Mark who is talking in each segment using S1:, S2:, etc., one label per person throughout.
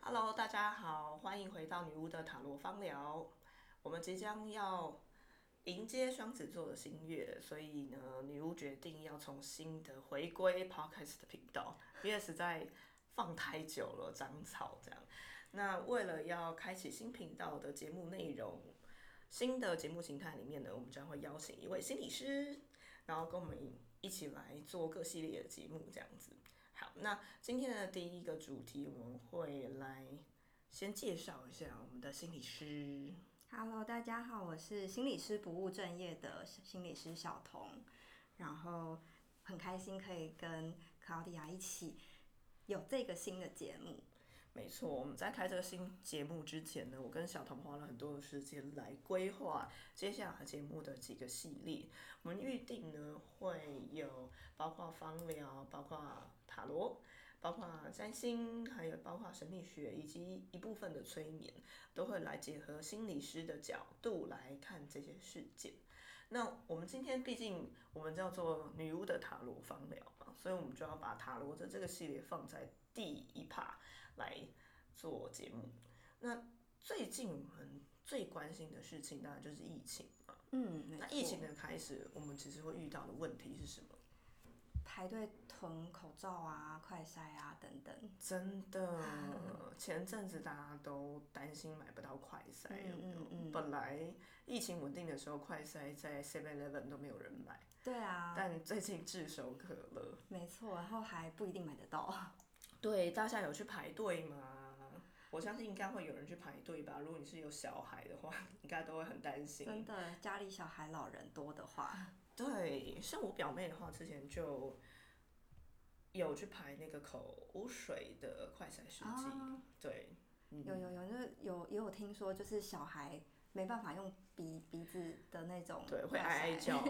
S1: Hello，大家好，欢迎回到女巫的塔罗芳疗。我们即将要迎接双子座的新月，所以呢，女巫决定要重新的回归 Podcast 的频道，因为实在放太久了，长草这样。那为了要开启新频道的节目内容，新的节目形态里面呢，我们将会邀请一位心理师，然后跟我们一起来做各系列的节目这样子。好，那今天的第一个主题，我们会来先介绍一下我们的心理师。
S2: Hello，大家好，我是心理师不务正业的心理师小童，然后很开心可以跟克劳迪亚一起有这个新的节目。
S1: 没错，我们在开这个新节目之前呢，我跟小童花了很多的时间来规划接下来节目的几个系列。我们预定呢会有包括芳疗、包括塔罗、包括占星，还有包括神秘学以及一部分的催眠，都会来结合心理师的角度来看这些事件。那我们今天毕竟我们叫做女巫的塔罗芳疗嘛，所以我们就要把塔罗的这个系列放在第一 part 来做节目。那最近我们最关心的事情当然就是疫情嘛。
S2: 嗯，没
S1: 那
S2: 错
S1: 疫情的开始，我们其实会遇到的问题是什么？
S2: 排队囤口罩啊、快筛啊等
S1: 嗯
S2: 等。
S1: 真的，前阵子大家都担心买不到快筛，有没有？
S2: 嗯嗯嗯
S1: 本来疫情稳定的时候，快筛在 Seven Eleven 都没有人买，
S2: 对啊，
S1: 但最近炙手可热。
S2: 没错，然后还不一定买得到。
S1: 对，大家有去排队吗？我相信应该会有人去排队吧。如果你是有小孩的话，应该都会很担
S2: 真
S1: 心。
S2: 的，家里小孩、老人多的话，
S1: 对，像我表妹的话，之前就有去排那个口水的快筛试剂。
S2: 啊
S1: 对，嗯
S2: 有有有，就是有也有听说，就是小孩没办法用鼻鼻子的那种，
S1: 对，会哀哀 叫。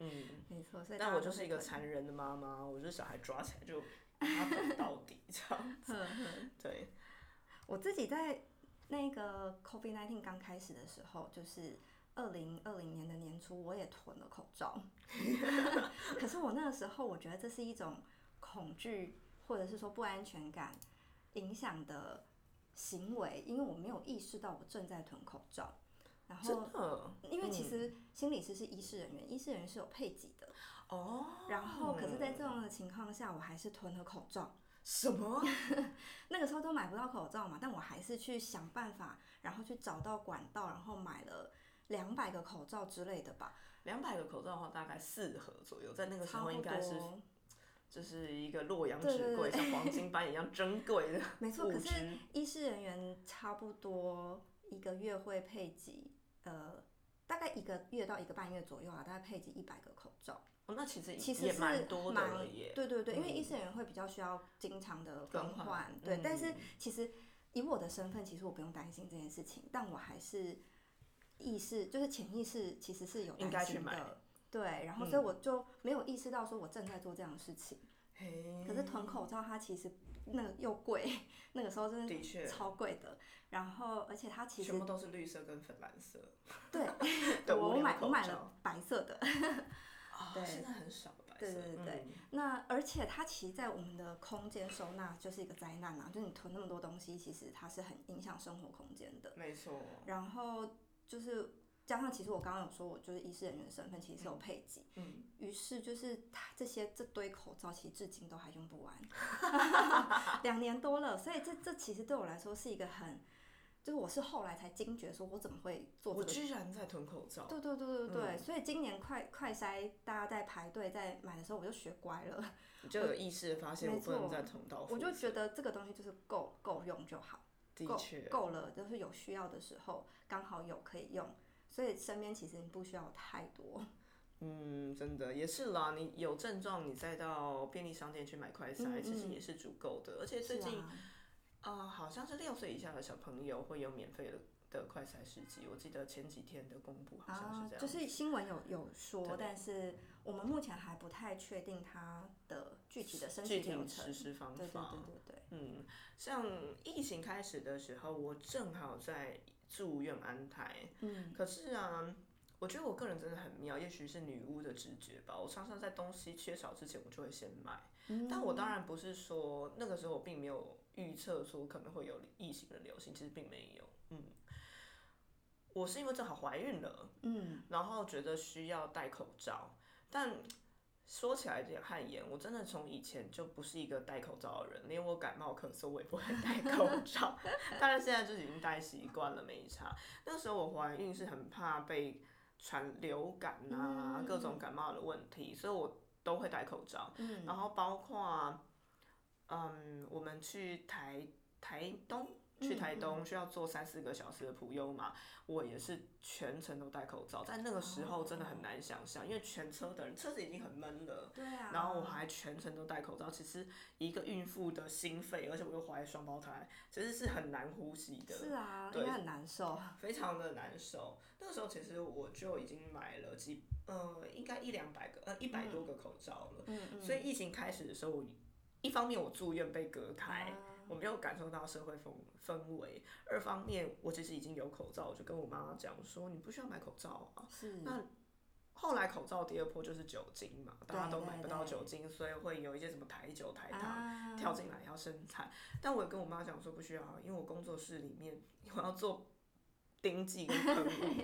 S1: 嗯，
S2: 没错，所以大
S1: 但
S2: 家
S1: 我
S2: 都
S1: 就是一个残忍的妈妈，我就是小孩抓起来 就把他捧到底这样。
S2: 呵呵
S1: 对，
S2: 我自己在那个 COVID nineteen 刚开始的时候，就是二零二零年的年初，我也囤了口罩。 可是我那个时候，我觉得这是一种恐惧或者是说不安全感影响的行为，因为我没有意识到我正在囤口罩。然
S1: 真
S2: 后，
S1: 的
S2: 因为其实心理师是医师人员，医师人员是有配给的。
S1: 哦，
S2: 然后，可是，在这样的情况下，我还是囤了口罩。
S1: 什么？
S2: 那个时候都买不到口罩嘛，但我还是去想办法，然后去找到管道，然后买了两百个口罩之类的吧，
S1: 两百个口罩的话，大概四盒左右，在那个时
S2: 差
S1: 候
S2: 不
S1: 应该是
S2: 多。
S1: 就是一个洛阳纸贵，
S2: 对对对
S1: 像黄金般一样珍贵的
S2: 没错，
S1: 物
S2: 可
S1: 资。
S2: 是医师人员差不多一个月会配给呃。大概一个月到一个半月左右啊，大概配给一百个口罩，
S1: 哦、那其实
S2: 其实
S1: 也
S2: 是
S1: 蛮多的了耶。
S2: 对对对，因为
S1: 嗯
S2: 医师人员会比较需要经常的
S1: 更
S2: 更
S1: 换
S2: 换，对。
S1: 嗯
S2: 但是其实以我的身份，其实我不用担心这件事情，但我还是意识，就是潜意识其实是有
S1: 应该
S2: 担
S1: 去
S2: 心
S1: 买嗯
S2: 的，对，然后所以我就没有意识到说我正在做这样的事情。
S1: 嘿
S2: 可是囤口罩它其实那个又贵，那个时候真
S1: 的确
S2: 的超贵的。然后而且它其
S1: 全
S2: 实
S1: 部都是绿色跟粉蓝色。
S2: 对
S1: 的
S2: 我
S1: 无
S2: 我
S1: 聊
S2: 买
S1: 口
S2: 我买
S1: 罩
S2: 了白色的。
S1: 啊、
S2: 对
S1: 现在很少了白
S2: 对
S1: 色。
S2: 对对对
S1: 嗯
S2: 那而且它其实，在我们的空间收纳就是一个灾难啊，就是你囤那么多东西，其实它是很影响生活空间的。
S1: 没错。
S2: 然后就是加上，其实我刚刚有说，我就是医师人员的身份，其实是有配给。
S1: 嗯，
S2: 于是就是它这些这堆口罩，其实至今都还用不完， 两年多了。所以这这其实对我来说是一个很，就是我是后来才惊觉，说我怎么会做
S1: 我嗯
S2: 这个
S1: 居然在囤口罩。
S2: 对对对对对，所以今年快快筛，大家在排队在买的时候，我就学乖了，
S1: 你就有意识地发现，
S2: 没
S1: 我不能
S2: 错
S1: 再囤到。
S2: 我就觉得这个东西就是够够用就好，
S1: 的
S2: 够
S1: 确，
S2: 够了，就是有需要的时候刚好有可以用，所以身边其实你不需要太多，
S1: 嗯，真的也是啦。你有症状，你再到便利商店去买快
S2: 嗯
S1: 筛，
S2: 嗯
S1: 其实也是足够的。而且最近
S2: 是啊
S1: 啊、好像是六岁以下的小朋友会有免费的的快筛试剂，我记得前几天的公布好像是
S2: 啊
S1: 这，样。
S2: 就是新闻有有说
S1: 对，
S2: 但是我们目前还不太确定它的具体的申
S1: 具
S2: 请
S1: 体
S2: 流
S1: 实
S2: 程。
S1: 施方
S2: 对对
S1: 法，
S2: 对对对，
S1: 嗯，像疫情开始的时候，我正好在住院安胎，
S2: 嗯，
S1: 可是啊，我觉得我个人真的很妙，也许是女巫的直觉吧。我常常
S2: 嗯
S1: 在东西缺少之前，我就会先买。但我当然不是说那个时候我并没有预测说可能会有疫情的流行，其实并没有。嗯，我是因为正好怀孕了，
S2: 嗯，
S1: 然后觉得需要戴口罩，但说起来有点汗颜。我真的从以前就不是一个戴口罩的人，连我感冒咳嗽我也不会戴口罩。 当然现在就已经戴习惯了，没差。那时候我怀孕是很怕被传流感啊，
S2: 嗯
S1: 各种感冒的问题，所以我都会戴口罩。
S2: 嗯
S1: 然后包括，嗯，我们去台台东，去
S2: 嗯
S1: 台东需要坐三四个小时的普悠嘛，我也是全程都戴口罩，在那个时候真的很难想象，因为全车的人车子已经很闷了。
S2: 对啊，
S1: 然后我还全程都戴口罩，其实一个孕妇的心肺，而且我又怀双胞胎，其实是很难呼吸的。
S2: 是啊，
S1: 对
S2: 应该很难受，
S1: 非常的难受。那时候其实我就已经买了几，呃，应该一两百个，呃，一百多个口罩了。
S2: 嗯嗯，
S1: 所以疫情开始的时候，我一方面我住院被隔开，
S2: 啊
S1: 我没有感受到社会氛氛围；二方面我其实已经有口罩，我就跟我妈妈讲说，你不需要买口罩啊。
S2: 是
S1: 那后来口罩第二波就是酒精嘛，大家
S2: 对
S1: 都
S2: 对
S1: 买不到
S2: 对
S1: 酒精，所以会有一些什么台酒、台糖。
S2: 啊
S1: 跳进来要生产，但我也跟我妈讲说不需要，啊因为我工作室里面我要做丁剂跟喷雾，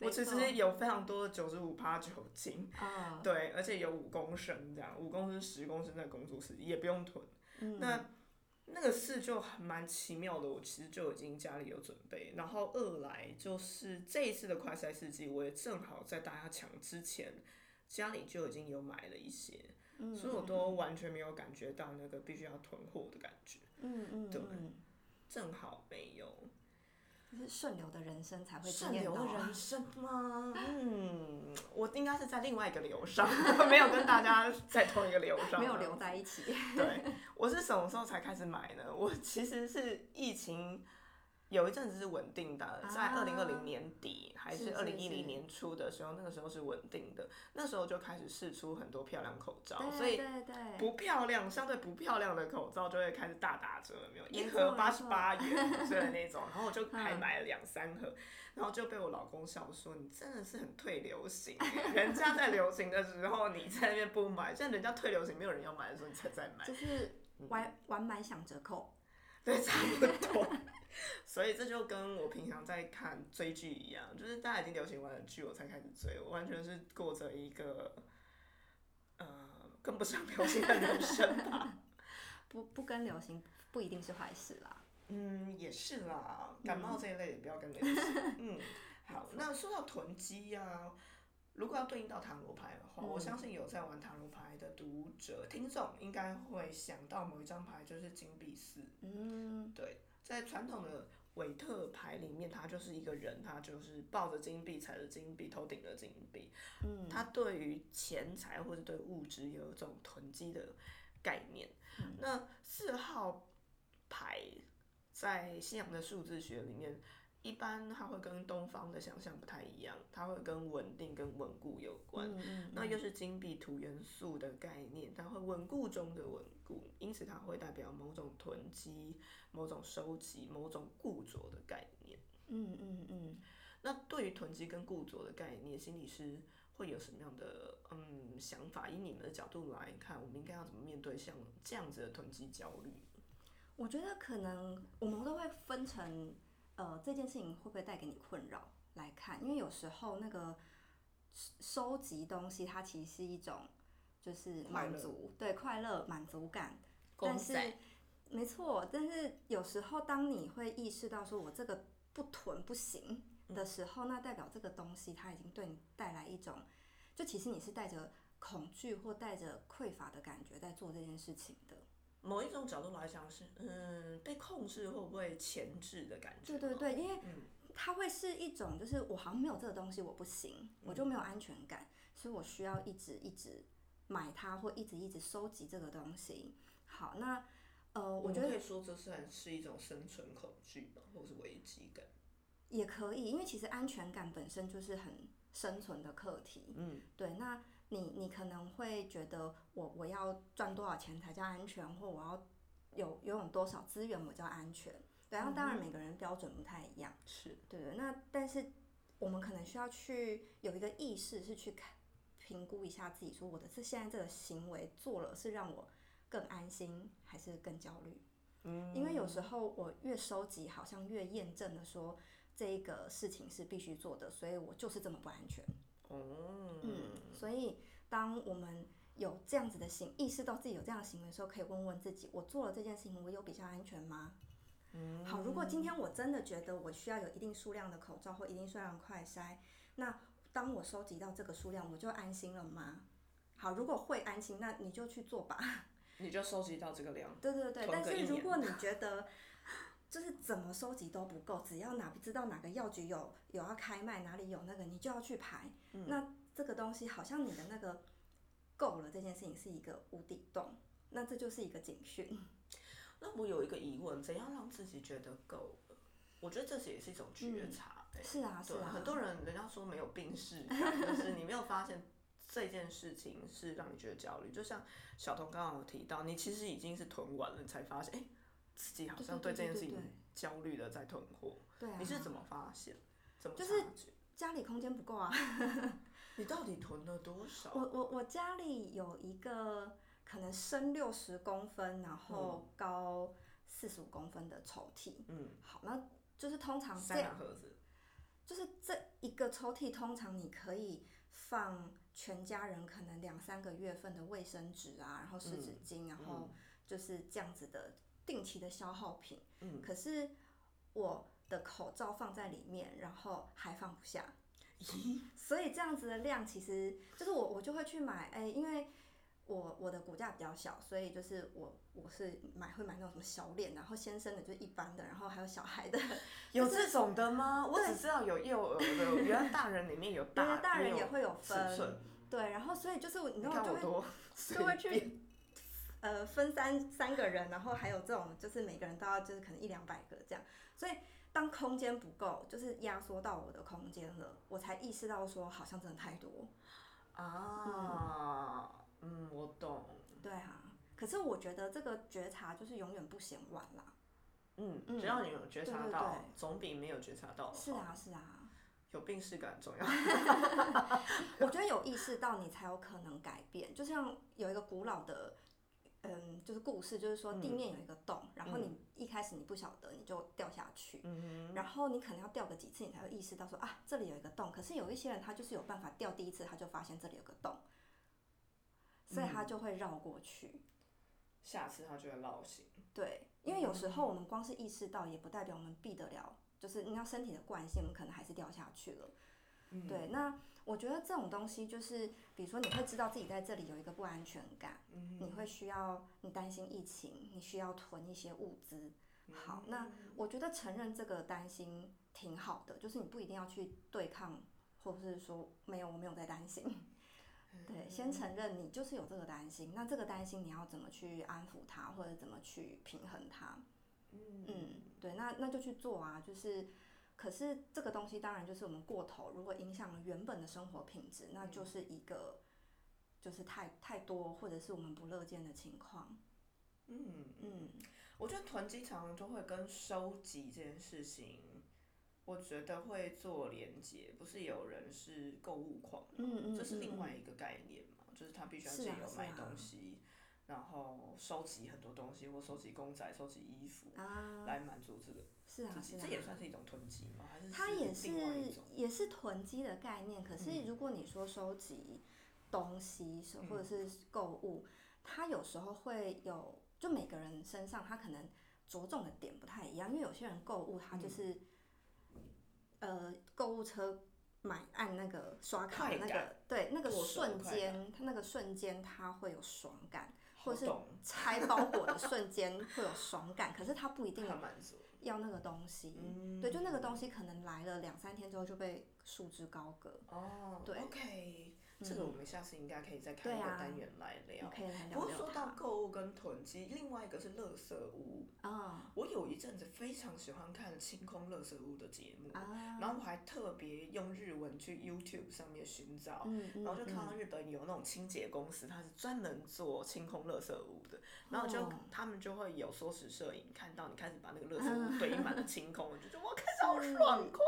S1: 我
S2: 没
S1: 其
S2: 错
S1: 实有非常多的九十五趴酒精，
S2: 嗯，
S1: 对，而且有五公升这样，五公升、十公升在工作室也不用囤。
S2: 嗯
S1: 那那个事就还蛮奇妙的，我其实就已经家里有准备。然后二来就是这一次的快筛试剂，我也正好在大家抢之前，家里就已经有买了一些。
S2: 嗯
S1: 所以我都完全没有感觉到那个必须要囤货的感觉，
S2: 嗯嗯
S1: 对
S2: 嗯，
S1: 正好没有。
S2: 就是顺流的人生才会
S1: 顺
S2: 惊艳
S1: 流
S2: 到
S1: 的
S2: 啊
S1: 人生 吗？嗯，我应该是在另外一个流上， 没有跟大家在同一个流上，
S2: 没有留。在一起，
S1: 对，我是什么时候才开始买呢？我其实是疫情。有一阵子是稳定的，在
S2: 啊
S1: 二零二零年底、还
S2: 是
S1: 是
S2: 是
S1: 二零一
S2: 是
S1: 零年初的时候，那个时候是稳定的，那时候就开始试出很多漂亮口罩， 所
S2: 对
S1: 以
S2: 对对，
S1: 不漂亮，相对不漂亮的口罩就会开始大打折，有没有？一
S2: 没
S1: 盒
S2: 错
S1: 八
S2: 没
S1: 十
S2: 错
S1: 八 元之类的那种，然后我就还
S2: 嗯
S1: 买了两三盒，然后就被我老公笑说：“你真的是很退流行欸，人家在流行的时候你在那边不买，现在人家退流行没有人要买的时候你才在买，
S2: 就是
S1: 嗯
S2: 晚晚买享折扣，
S1: 对，差不多。” 所以这就跟我平常在看追剧一样，就是大家已经流行完了剧，我才开始追，我完全是过着一个呃跟不上流行的人生吧。
S2: 不不跟流行不一定是坏事啦。
S1: 嗯，也是啦，感冒这一类的不要跟流行。嗯，好，那说到囤积啊，如果要对应到塔罗牌的话，我
S2: 嗯
S1: 相信有在玩塔罗牌的读者、听众应该会想到某一张牌，就是金币四。
S2: 嗯，
S1: 对，在传统的韦特牌里面，它就是一个人，他就是抱着金币、踩着金币、头顶着金币，
S2: 嗯，
S1: 他对于钱财或者对物质有一种囤积的概念。那四号牌在西洋的数字学里面，一般它会跟东方的想象不太一样，它会跟稳定跟稳固有关。
S2: 嗯嗯
S1: 那又是金币土元素的概念，它会稳固中的稳固，因此它会代表某种囤积、某种收集、某种固着的概念。
S2: 嗯嗯嗯，
S1: 那对于囤积跟固着的概念，心理师会有什么样的嗯想法？以你们的角度来看，我们应该要怎么面对像这样子的囤积焦虑？
S2: 我觉得可能我们都会分成，呃，这件事情会不会带给你困扰来看，因为有时候那个收收集东西，它其实是一种就是
S1: 快乐
S2: 满足，对快乐满足感，
S1: 公
S2: 但是
S1: 仔，
S2: 没错，但是有时候当你会意识到说我这个不囤不行的时候，那代表这个东西它已经对你带来一种，就其实你是带着恐惧或带着匮乏的感觉在做这件事情的。
S1: 某一种角度来讲是，嗯，被控制会不会前置的感觉？
S2: 对对，对，因为
S1: 嗯
S2: 它会是一种就是我好像没有这个东西我不行，我就没有安全感，所以我需要一直一直买它或一直一直收集这个东西。好，那呃，我
S1: 我
S2: 觉
S1: 觉
S2: 得
S1: 得说这算是一种生存恐惧吧，或是危机感。
S2: 也可以，因为其实安全感本身就是很生存的课题。
S1: 嗯，
S2: 对，那你你可能会觉得我我要赚多少钱才叫安全，或我要有拥有多少资源我叫安全。对，那当
S1: 嗯
S2: 然每个人标准不太一样。
S1: 是，
S2: 对对，那但是我们可能需要去有一个意识，是去看评估一下自己，说我的这现在这个行为做了是让我更安心，还是更焦虑？
S1: 嗯
S2: 因为有时候我越收集，好像越验证了说这一个事情是必须做的，所以我就是这么不安全。
S1: 哦，
S2: 嗯，所以当我们有这样子的行，意识到自己有这样的行为的时候，可以问问自己：我做了这件事情，我有比较安全吗？
S1: 嗯
S2: 好，如果今天我真的觉得我需要有一定数量的口罩或一定数量的快筛，那当我收集到这个数量，我就安心了吗？好，如果会安心，那你就去做吧。
S1: 你就收集到这个量，
S2: 对对对，
S1: 囤
S2: 但
S1: 个一
S2: 是如
S1: 年
S2: 果你觉得就是怎么收集都不够，只要哪不知道哪个药局有有要开卖，哪里有那个，你就要去排。
S1: 嗯
S2: 那这个东西好像你的那个够了，这件事情是一个无底洞，那这就是一个警讯。
S1: 那我有一个疑问，怎样让自己觉得够了？我觉得这是也是一种觉察、欸
S2: 是啊，是
S1: 对，
S2: 啊，
S1: 很多人人家说没有病逝感，就是你没有发现这件事情是让你觉得焦虑。就像小童刚刚有提到，你其实已经是囤完了，你才发现，哎、自己好像
S2: 对
S1: 这
S2: 对对
S1: 件事
S2: 对对
S1: 情焦虑的在囤货。
S2: 对啊，
S1: 你是怎么发现？怎么察
S2: 就是
S1: 觉？
S2: 家里空间不够啊？
S1: 你到底囤了多少？
S2: 我我我家里有一个可能深六十公分，然后高四十五公分的抽屉。
S1: 嗯，
S2: 好，那就是通常这
S1: 三两盒子，
S2: 就是这一个抽屉，通常你可以放全家人可能两三个月份的卫生纸啊，然后湿
S1: 嗯
S2: 纸巾，然后就是这样子的定期的消耗品。
S1: 嗯，
S2: 可是我的口罩放在里面，然后还放不下，
S1: 咦，
S2: 所以这样子的量其实就是我我就会去买，哎、因为。我我的骨架比较小，所以就是我我是买会买那种什么小脸，然后先生的就是一般的，然后还有小孩的，
S1: 有这种的吗？我
S2: 对
S1: 只知道有幼儿的，原来大人里面有
S2: 因为
S1: 大
S2: 大人也
S1: 有
S2: 会有
S1: 尺
S2: 分，
S1: 寸。
S2: 对，然后所以就是我你
S1: 你
S2: 知道
S1: 看
S2: 就
S1: 我
S2: 会
S1: 多
S2: 就会
S1: 随便
S2: 去呃分三三个人，然后还有这种就是每个人都要就是可能一两百个这样，所以当空间不够，就是压缩到我的空间了，我才意识到说好像真的太多。
S1: 啊，嗯，我懂，
S2: 对啊，可是我觉得这个觉察就是永远不嫌晚啦。
S1: 嗯，
S2: 嗯
S1: 只要你有觉察
S2: 对对
S1: 到，
S2: 对
S1: 总比没有觉察到
S2: 是
S1: 好，
S2: 啊，是啊，
S1: 有病视感重要。
S2: 我觉得有意识到你才有可能改变。就像有一个古老的。嗯，就是故事，就是说地
S1: 嗯
S2: 面有一个洞，然后
S1: 嗯
S2: 你一开始你不晓得，你就掉下去，
S1: 嗯
S2: 然后你可能要掉个几次，你才会意识到说啊，这里有一个洞。可是有一些人他就是有办法掉第一次，他就发现这里有个洞，所以他
S1: 嗯
S2: 就会绕过去。
S1: 下次他就会落醒。
S2: 对，因
S1: 嗯
S2: 为有时候我们光是意识到，也不代表我们避得了，就是你要身体的惯性，我们可能还是掉下去了。
S1: 嗯，
S2: 对，那我觉得这种东西就是，比如说你会知道自己在这里有一个不安全感，
S1: 嗯
S2: 你会需要你担心疫情，你需要囤一些物资。好，那我觉得承认这个担心挺好的，就是你不一定要去对抗，或者是说没有，我没有在担心。对，先承认你就是有这个担心，那这个担心你要怎么去安抚它，或者怎么去平衡它？嗯，对，那那就去做啊，就是。可是这个东西当然就是我们过头，如果影响了原本的生活品质，那就是一个就是太太多或者是我们不乐见的情况。
S1: 嗯，
S2: 嗯，
S1: 我觉得囤积常常就会跟收集这件事情，我觉得会做连接。不是有人是购物狂吗？
S2: 嗯嗯
S1: 这是
S2: 嗯
S1: 另
S2: 嗯
S1: 外一个概念嘛，就是他必须要
S2: 是
S1: 自己
S2: 啊
S1: 有
S2: 是
S1: 买
S2: 啊
S1: 东西，然后收集很多东西，或收集公仔、收集衣服，
S2: 啊，
S1: 来满足这个
S2: 是啊
S1: 自
S2: 是
S1: 己，
S2: 啊，
S1: 这也算是一种囤积吗？还是
S2: 它
S1: 是
S2: 也是
S1: 另外一种？嗯
S2: 也是囤积的概念，可是如果你说收集东西是或者
S1: 嗯
S2: 是购物，它有时候会有，就每个人身上他可能着重的点不太一样，因为有些人购物他
S1: 嗯
S2: 就是，呃，购物车买按那个刷卡的那
S1: 快
S2: 个
S1: 感，
S2: 对那个
S1: 剁手的
S2: 瞬
S1: 快
S2: 间，他那个瞬间他会有爽感，
S1: 好
S2: 或者是
S1: 懂，
S2: 拆包裹的瞬间会有爽感，可是他不一 定
S1: 很满足。
S2: 要那个东西。
S1: 嗯
S2: 对，就那个东西可能来了两三天之后就被束之高阁。
S1: 哦，
S2: 对嗯
S1: ，OK，这个我们下次应该可以再开一
S2: 对
S1: 个
S2: 啊
S1: 单元来
S2: 你
S1: 聊。
S2: 可以来
S1: 不
S2: 聊
S1: 过
S2: 聊
S1: 说到
S2: 它。
S1: 购物跟囤积，另外一个是垃圾屋。
S2: 啊
S1: 我有一阵子非常喜欢看清空垃圾屋的节目，
S2: 啊，
S1: 嗯然后我还特别用日文去 YouTube 上面寻找
S2: 嗯嗯
S1: 然后就看到
S2: 嗯，
S1: 日本有那种清洁公司，它是专门做清空垃圾屋的，然后就、
S2: 哦
S1: 他们就会有缩时摄影，看到你开始把那个垃
S2: 嗯
S1: 圾屋堆满了清空，我就觉得哇，看着好爽快。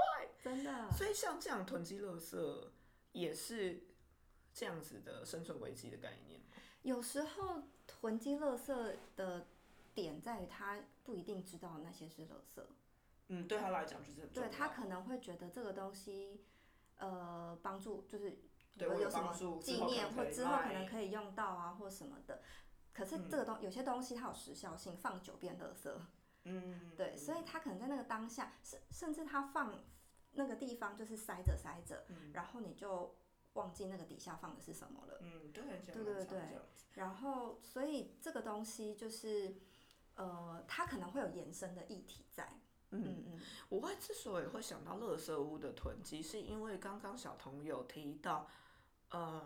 S2: 真的
S1: 所以像这样囤积垃圾也是这样子的生存危机的概念。
S2: 有时候囤积垃圾的点在于它不一定知道那些是垃圾，
S1: 嗯，对他来讲就是很重
S2: 对
S1: 要。
S2: 他可能会觉得这个东西，呃，帮助就是
S1: 对我
S2: 有有
S1: 有
S2: 什么
S1: 帮助
S2: 纪
S1: 之后可
S2: 念
S1: 能
S2: 或
S1: 可以
S2: 之后可
S1: 卖嗯
S2: 能可以用到啊或什么的。可是这个东、有些东西它有时效性，放久变垃圾。
S1: 嗯，
S2: 对，所以他可能在那个当下，甚甚至他放那个地方就是塞着塞着，
S1: 嗯
S2: 然后你就忘记那个底下放的是什么了。
S1: 嗯，对，这样
S2: 对对
S1: 蛮常
S2: 对
S1: 这样子
S2: 然后，所以这个东西就是，呃，它可能会有延伸的议题在。嗯嗯，
S1: 我会之所以会想到垃圾屋的囤积，是因为刚刚小童有提到，呃，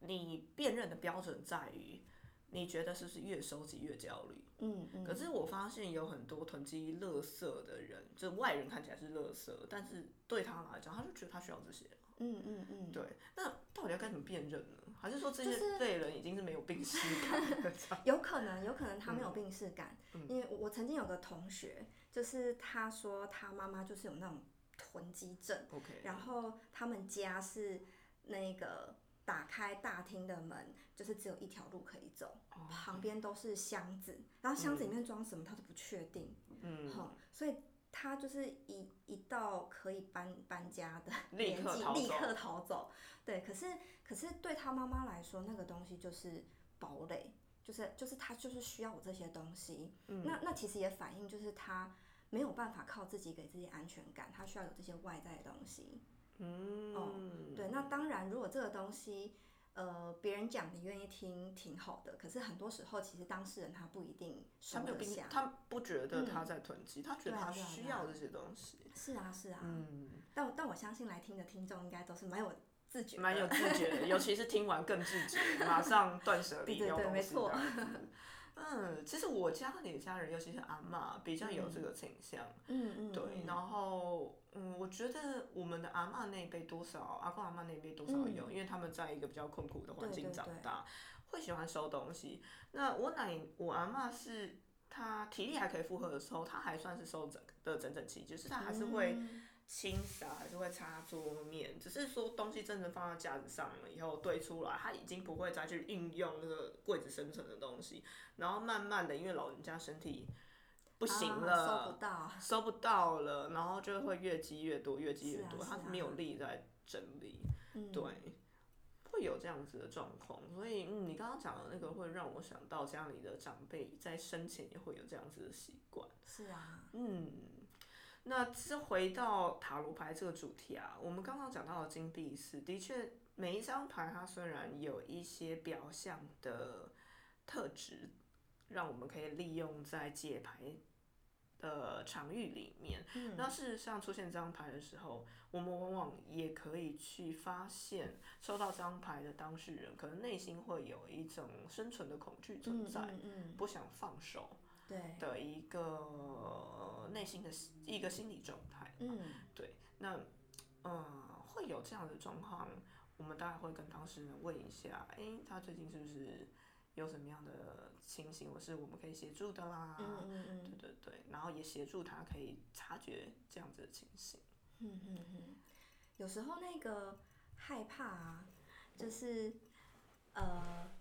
S1: 你辨认的标准在于，你觉得是不是越收集越焦虑？
S2: 嗯嗯，
S1: 可是我发现有很多囤积垃圾的人，就外人看起来是垃圾，但是对他来讲，他就觉得他需要这些。
S2: 嗯嗯嗯，
S1: 对，那到底要该怎么辨认呢？还是说这
S2: 就
S1: 些
S2: 是
S1: 对人已经是没有病耻感的 这样？
S2: 有可能，有可能他没有
S1: 嗯
S2: 病逝感，
S1: 嗯
S2: 因为我我曾经有个同学，就是他说他妈妈就是有那种囤积症，
S1: OK，
S2: 然后他们家是那个打开大厅的门，就是只有一条路可以走，
S1: 哦
S2: 旁边都是箱子，然后箱子里面装什么他都不确定，
S1: 嗯，
S2: 哼、所以他就是一一到可以搬搬家的
S1: 立
S2: 年
S1: 刻
S2: 纪
S1: 逃
S2: 立
S1: 走
S2: 刻逃走，对，可是可是对他妈妈来说，那个东西就是堡垒，就是就是他就是需要我这些东西，
S1: 嗯
S2: 那那其实也反映就是他。没有办法靠自己给自己安全感，他需要有这些外在的东西。哦
S1: 嗯，
S2: 对，那当然，如果这个东西，呃，别人讲你愿意听，挺好的。可是很多时候，其实当事人他不一定
S1: 他
S2: 收
S1: 没有
S2: 得
S1: 病
S2: 下，。嗯
S1: 他不觉得他在囤积，他觉得
S2: 对啊
S1: 他
S2: 对啊
S1: 需
S2: 对
S1: 要
S2: 啊
S1: 这些东西。
S2: 是啊，是啊。
S1: 嗯，
S2: 但我但我相信来听的听众应该都是蛮有自觉的，嗯
S1: 蛮有自觉的，尤其是听完更自觉，马上断舍离
S2: 对对
S1: 要
S2: 对
S1: 东
S2: 没
S1: 西
S2: 错
S1: 这样子嗯，其实我家里的家人，尤其是阿嬷，比较有这个倾向。
S2: 嗯嗯，
S1: 对，
S2: 嗯
S1: 然后嗯，我觉得我们的阿嬷那一辈多少，阿公阿嬷那一辈多少有，因为他们在一个比较困苦的环
S2: 嗯对
S1: 境
S2: 对
S1: 长
S2: 对
S1: 大，会喜欢收东西。那我奶我阿嬷是她体力还可以负荷的时候，她还算是收整的整整齐，就是她还是会
S2: 嗯
S1: 清扫，还是会擦桌面，只是说东西真正放在架子上了以后堆出来，她已经不会再去运用那个柜子生成的东西，然后慢慢的，因为老人家身体。不行
S2: 啊
S1: 了，
S2: 收不到。
S1: 收不到了，然后就会越积越多，越积越
S2: 是啊
S1: 多，
S2: 是
S1: 他
S2: 啊
S1: 没有力在整理，
S2: 嗯，
S1: 对，会有这样子的状况。所以，嗯，你刚刚讲的那个会让我想到家里的长辈在生前也会有这样子的习惯。
S2: 是啊，
S1: 嗯，那这回到塔罗牌这个主题啊，我们刚刚讲到的金币四，的确每一张牌它虽然有一些表象的特质，让我们可以利用在解牌的场域里面。
S2: 嗯
S1: 那事实上出现这张牌的时候，我们往往也可以去发现，收到这张牌的当事人可能内心会有一种生存的恐惧存
S2: 嗯
S1: 在，
S2: 嗯嗯，
S1: 不想放手。
S2: 对，
S1: 的一个呃内心的一个心理状态。
S2: 嗯
S1: 那嗯，会有这样的状况，我们大概会跟当事人问一下，诶，他最近是不是有什么样的情形，我是我们可以协助的啦。
S2: 嗯嗯
S1: 啊对
S2: 嗯
S1: 对对，然后也协助他可以察觉这样子的情形。
S2: 嗯嗯嗯，有时候那个害怕啊，就是呃，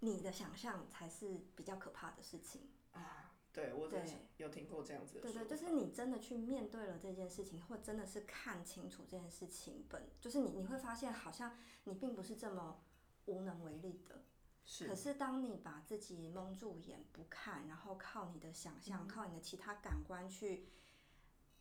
S2: 你的想象才是比较可怕的事情。
S1: 啊，对我真的
S2: 对
S1: 是有听过这样子的
S2: 对
S1: 说法。
S2: 对，就是你真的去面对了这件事情，或真的是看清楚这件事情本，就是你你会发现，好像你并不是这么无能为力的。可
S1: 是
S2: 是当你把自己蒙住眼不看，然后靠你的想
S1: 嗯
S2: 象，靠你的其他感官去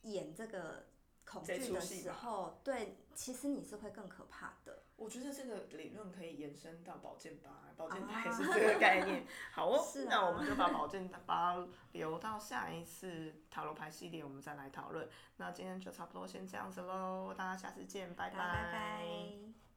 S2: 演这个恐
S1: 这
S2: 惧
S1: 出
S2: 的
S1: 戏
S2: 时
S1: 吧
S2: 候，对，其实你是会更可怕的。
S1: 我觉得这个理论可以延伸到保健吧，保健
S2: 啊
S1: 吧也是这个概念。好哦，
S2: 是啊
S1: 那我们就把保健吧留到下一次塔罗牌系列，我们再来讨论。那今天就差不多先这样子喽，大家下次见，拜
S2: 拜拜。